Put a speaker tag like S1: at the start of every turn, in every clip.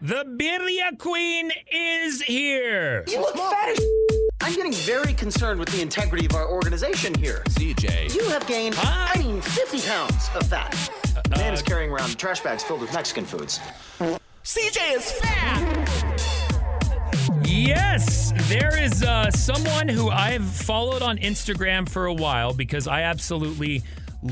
S1: The birria queen is here.
S2: You look fat as I'm getting very concerned with the integrity of our organization here.
S3: CJ.
S2: You have gained, I mean, 50 pounds of fat. The man is carrying around trash bags filled with Mexican foods.
S3: CJ is fat.
S1: Yes, there is uh, someone who I've followed on Instagram for a while because I absolutely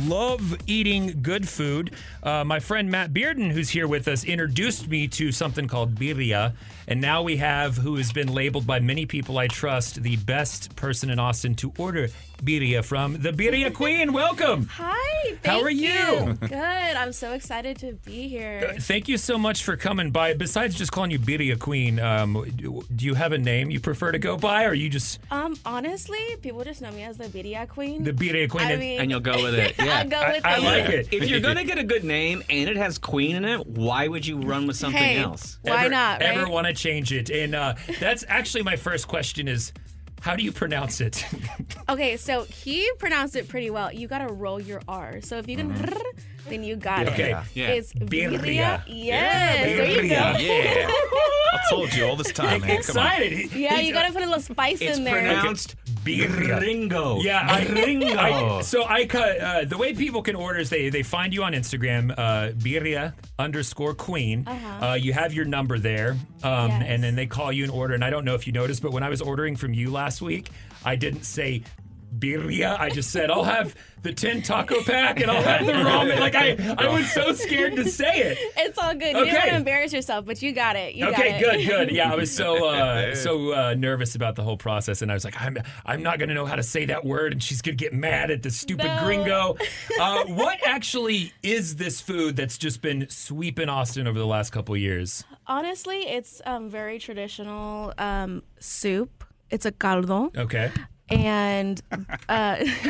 S1: love eating good food. Uh, my friend Matt Bearden, who's here with us, introduced me to something called birria, and now we have who has been labeled by many people I trust the best person in Austin to order birria from the Birria Queen. Welcome.
S4: Hi. Thank
S1: How are you?
S4: Good. I'm so excited to be here.
S1: Thank you so much for coming by. Besides just calling you Birria Queen, um, do do you have a name you prefer to go by, or you just
S4: Um, honestly, people just know me as the Bidia Queen.
S1: the Birria Queen?
S4: I
S1: And-
S4: mean,
S5: And you'll go with it.
S4: I
S5: Yeah.
S4: go
S1: I-
S4: with
S1: I
S4: it.
S1: like it.
S5: if you're gonna get a good name and it has queen in it, why would you run with something
S4: Hey,
S5: else?
S4: why
S1: ever,
S4: not? Right?
S1: Ever want to change it? And uh, that's actually my first question: is how do you pronounce it?
S4: okay, so he pronounced it pretty well. You gotta roll your R. So if you can, then you got it.
S1: Mm-hmm. Okay.
S5: Yeah.
S4: It's
S1: Birria.
S4: Bidia. Yes. there you
S1: birria.
S4: go.
S3: Yeah. I told you all this time, man. Come on.
S1: Excited.
S4: Yeah, you gotta put a little spice
S5: It's
S4: in there.
S5: pronounced
S1: Birria.
S5: Ringo.
S1: Yeah, I,
S5: Ringo.
S1: I, so I cut uh, the way people can order is they they find you on Instagram, uh, Birria underscore Queen.
S4: Uh-huh.
S1: Uh, you have your number there, um,
S4: Yes.
S1: and then they call you and order. And I don't know if you noticed, but when I was ordering from you last week, I didn't say. Birria, I just said I'll have the ten taco pack and I'll have the ramen. Like I, I was so scared to say it.
S4: It's all good. You don't
S1: Okay.
S4: want to embarrass yourself, but you got it. You got
S1: Okay,
S4: it.
S1: good, good. Yeah, I was so uh, so uh, nervous about the whole process, and I was like, I'm I'm not gonna know how to say that word, and she's gonna get mad at the stupid
S4: No.
S1: gringo. Uh, what actually is this food that's just been sweeping Austin over the last couple years?
S4: Honestly, it's um, very traditional um, soup. It's a caldo.
S1: Okay,
S4: And uh, thank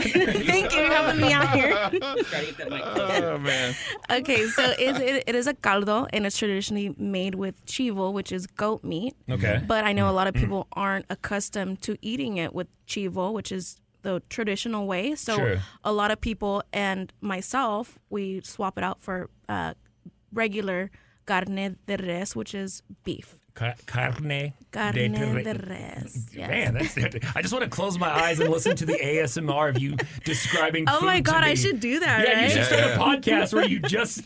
S4: you for having me out here.
S3: Oh, man.
S4: Okay, so it, it, it is a caldo, and it's traditionally made with chivo, which is goat meat.
S1: okay.
S4: But I know a lot
S1: Mm-hmm.
S4: of people aren't accustomed to eating it with chivo, which is the traditional way. So
S1: Sure.
S4: a lot of people and myself, we swap it out for uh, regular carne de res, which is beef.
S1: Ca- carne, de
S4: Carne
S1: terre-
S4: de res. yes.
S1: Man, that's, I just want to close my eyes and listen to the ASMR of you describing.
S4: Oh
S1: food
S4: my
S1: to
S4: god, I
S1: me.
S4: should do that,
S1: Yeah,
S4: right?
S1: you should start a podcast where you just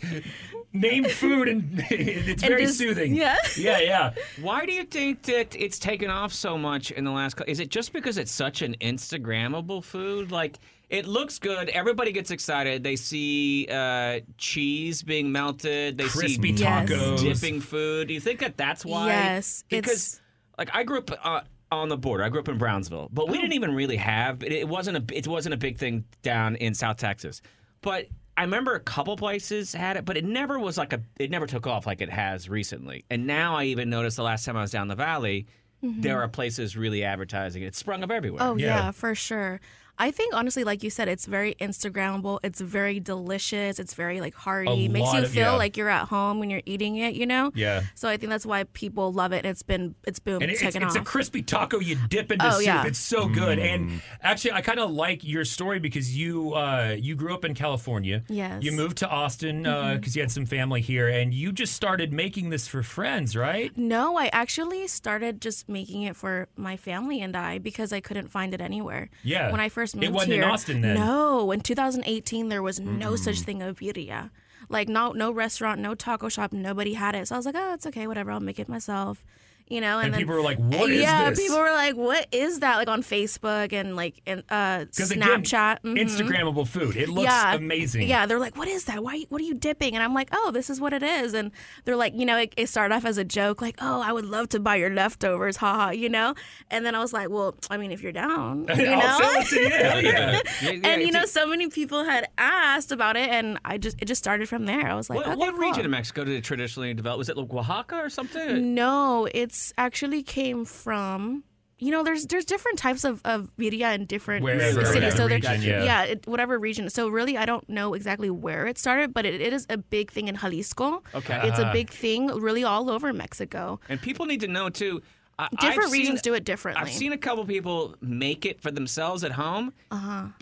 S1: name food and it's very
S4: just-
S1: soothing.
S4: yeah.
S1: Yeah, yeah.
S5: Why do you think that it's taken off so much in the last? cou- Is it just because it's such an Instagrammable food? Like it looks good, everybody gets excited. They see uh, cheese being melted. They
S1: Crispy
S5: see
S4: Yes.
S1: tacos.
S5: dipping food. Do you think that that's why?
S4: Yes,
S5: because
S4: it's-
S5: like I grew up. Uh, on the border, I grew up in Brownsville, but
S4: Oh.
S5: we didn't even really have it. It wasn't a it wasn't a big thing down in South Texas, but I remember a couple places had it, but it never was like a it never took off like it has recently. And now I even noticed the last time I was down the valley, there are places really advertising it. It's sprung up everywhere.
S4: Mm-hmm. Oh
S1: Yeah.
S4: yeah. for sure. I think honestly, like you said, it's very Instagrammable. It's very delicious. It's very like hearty.
S1: A
S4: makes
S1: lot
S4: you
S1: of-
S4: feel
S1: yeah.
S4: like you're at home when you're eating it. You know.
S1: Yeah.
S4: So I think that's why people love it. It's been it's boom
S1: And it- it's,
S4: taken
S1: it's a
S4: off.
S1: crispy taco you dip into
S4: Oh,
S1: soup.
S4: yeah.
S1: It's so good. And actually, I kind of like your story because you uh, you grew up in California.
S4: Yes. Mm-hmm.
S1: You moved to Austin because you had some family here, and you just started making this for friends, right?
S4: no, I actually started just making it for my family and I because I couldn't find it anywhere.
S1: Yeah.
S4: When I first
S1: It
S4: moved
S1: wasn't in
S4: here,
S1: Austin then.
S4: No, in 2018 there was no such thing of birria. Like no no restaurant, no taco shop, nobody had it. So I was like, oh, it's okay, whatever. I'll make it myself. You know, and,
S1: And
S4: then
S1: people were like, "What is
S4: yeah,
S1: this?"
S4: people were like, "What is that?" Like on Facebook and like in uh,
S1: Because
S4: Snapchat, Mhm.
S1: Instagrammable food. It looks
S4: yeah,
S1: amazing.
S4: Yeah, they're like, "What is that? Why? What are you dipping?" And I'm like, "Oh, this is what it is." And they're like, you know, it, it started off as a joke, like, "Oh, I would love to buy your leftovers, haha," you know. And then I was like, "Well, I mean, if you're down, you know."
S1: I'll sell it to you. Hell yeah.
S5: Yeah, yeah,
S4: and you
S5: it's-
S4: know, so many people had asked about it, and I just it just started from there. I was like,
S5: what,
S4: okay,
S5: what region
S4: cool.
S5: of Mexico did it traditionally develop? Was it like Oaxaca or something?
S4: No, it's actually came from you know there's there's different types of of birria in different
S1: Wherever,
S4: cities.
S1: yeah,
S4: so there-
S1: region, yeah.
S4: it, whatever region. So really, I don't know exactly where it started, but it, it is a big thing in Jalisco.
S5: Okay. Uh-huh.
S4: it's a big thing really all over Mexico.
S5: And people need to know too. I,
S4: Different
S5: I've
S4: regions
S5: seen,
S4: do it differently.
S5: I've seen a
S4: Uh-huh.
S5: couple people make it for themselves at home,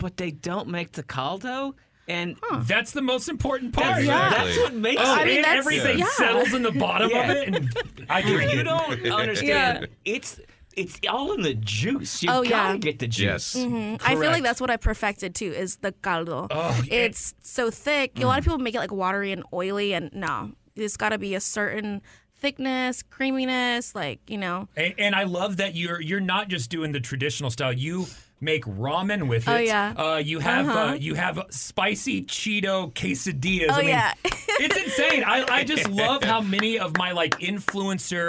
S5: but they don't make the caldo. And
S1: That's the most important part.
S5: that's,
S3: Yeah.
S5: that's what makes
S1: Oh,
S5: it.
S4: mean,
S1: and
S4: that's-
S1: everything
S4: yeah.
S1: settles in the bottom
S5: Yeah.
S1: of it, and I drink
S5: you
S1: it.
S5: don't understand. It's it's all in the juice. You
S4: Oh,
S5: gotta
S4: yeah.
S5: get the juice.
S3: Yes.
S4: Mm-hmm. I feel
S1: Correct.
S4: like that's what I perfected too is the caldo.
S1: Oh, yeah.
S4: it's so thick. A lot
S5: Mm.
S4: of people make it like watery and oily, and no, it's got to be a certain thickness, creaminess, like you know.
S1: And, and I love that you're you're not just doing the traditional style. You make ramen with it.
S4: Oh, yeah. Uh-huh.
S1: Uh, you have uh, you have spicy Cheeto quesadillas.
S4: Oh,
S1: I mean,
S4: yeah.
S1: it's insane. I, I just love how many of my like influencer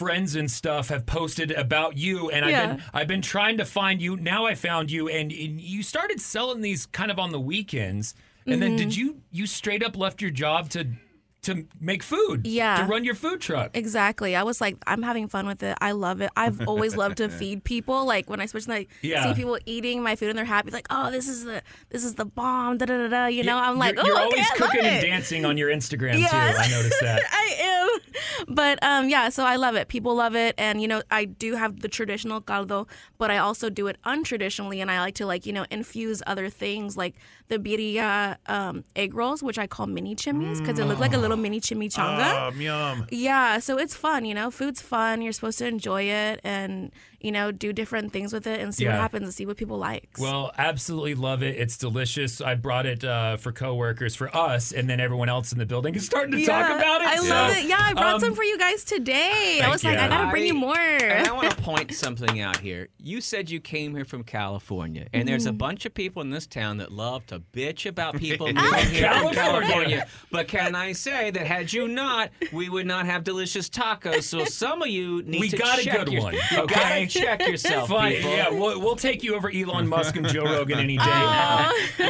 S1: friends and stuff have posted about you and I've been
S4: Yeah.
S1: I've been trying to find you. Now I found you and, and you started selling these kind of on the weekends. And then did
S4: Mm-hmm.
S1: you you straight up left your job to to make food?
S4: Yeah.
S1: To run your food truck.
S4: Exactly. I was like, I'm having fun with it. I love it. I've always loved to feed people. Like when I switch, like
S1: Yeah.
S4: see people eating my food and they're happy, like, oh, this is the this is the bomb. Da da da da. You know, I'm like,
S1: you're,
S4: oh,
S1: you're
S4: okay,
S1: always
S4: I love
S1: cooking and
S4: it."
S1: dancing on your Instagram
S4: Yes.
S1: too. I noticed that.
S4: I am. But um, yeah, so I love it. People love it, and you know, I do have the traditional caldo, but I also do it untraditionally, and I like to like you know infuse other things like the birria um, egg rolls, which I call mini chimneys because they look like a little mini
S1: Mm.
S4: chimichanga.
S1: Ah,
S3: Um, yum.
S4: Yeah, so it's fun, you know. Food's fun. You're supposed to enjoy it and, you know, do different things with it and see
S1: Yeah.
S4: what happens and see what people like.
S1: Well, absolutely love it. It's delicious. I brought it uh, for coworkers, for us, and then everyone else in the building is starting to talk about it.
S4: I love
S1: so,
S4: it. Yeah, I brought
S1: um,
S4: some for you guys today. I
S1: thank
S4: was like,
S1: you.
S4: I gotta bring you more.
S5: And I want to point something out here. You said you came here from California, and there's
S4: Mm-hmm.
S5: a bunch of people in this town that love to bitch about people moving here
S1: California.
S4: Ah,
S5: from California. But can I say that had you not, we would not have delicious tacos. So some of you need
S1: We
S5: to
S1: got a
S5: check
S1: good
S5: your-
S1: one,
S5: You
S1: okay?
S5: gotta check yourself,
S1: Fine.
S5: people.
S1: Yeah, we'll, we'll take you over Elon Musk and Joe Rogan any day.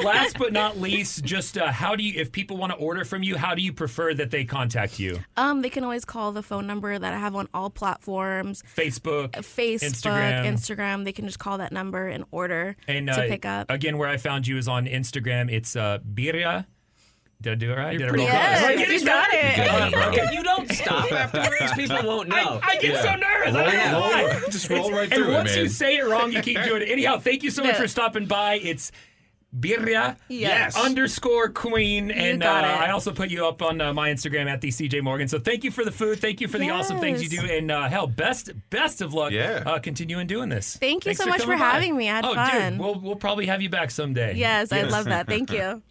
S1: Last but not least, just uh, how do you, if people want to order from you, how do you prefer that they contact you?
S4: Um, they can always call the phone number that I have on all platforms.
S1: Facebook,
S4: Uh, Facebook,
S1: Instagram.
S4: Instagram. they can just call that number and order
S1: and
S4: to
S1: uh,
S4: pick up.
S1: Again, where I found you is on Instagram. It's uh, Birria. Did I do it right? Did I roll
S5: pretty
S1: it?
S5: good.
S4: yes, you got it.
S3: Yeah, bro.
S5: If you don't stop afterwards, people won't know.
S1: I get so nervous. I don't know
S3: Roll-
S1: why.
S3: roll- just roll
S1: It's-
S3: right through
S1: And
S3: it,
S1: once you
S3: man.
S1: say it wrong, you keep doing it. Anyhow, thank you so much
S4: No.
S1: for stopping by. It's Birria
S4: Yes.
S1: underscore queen. and
S4: got
S1: uh,
S4: it.
S1: I also put you up on uh, my Instagram at the CJ Morgan. So thank you for the food. Thank you for the awesome things you
S4: Yes.
S1: do. And uh, hell, best best of luck
S3: Yeah.
S1: uh, continuing doing this.
S4: Thank you so much for
S1: coming
S4: having me. I had
S1: oh,
S4: fun.
S1: Dude, we'll, we'll probably have you back someday.
S4: yes, I love that. Thank you.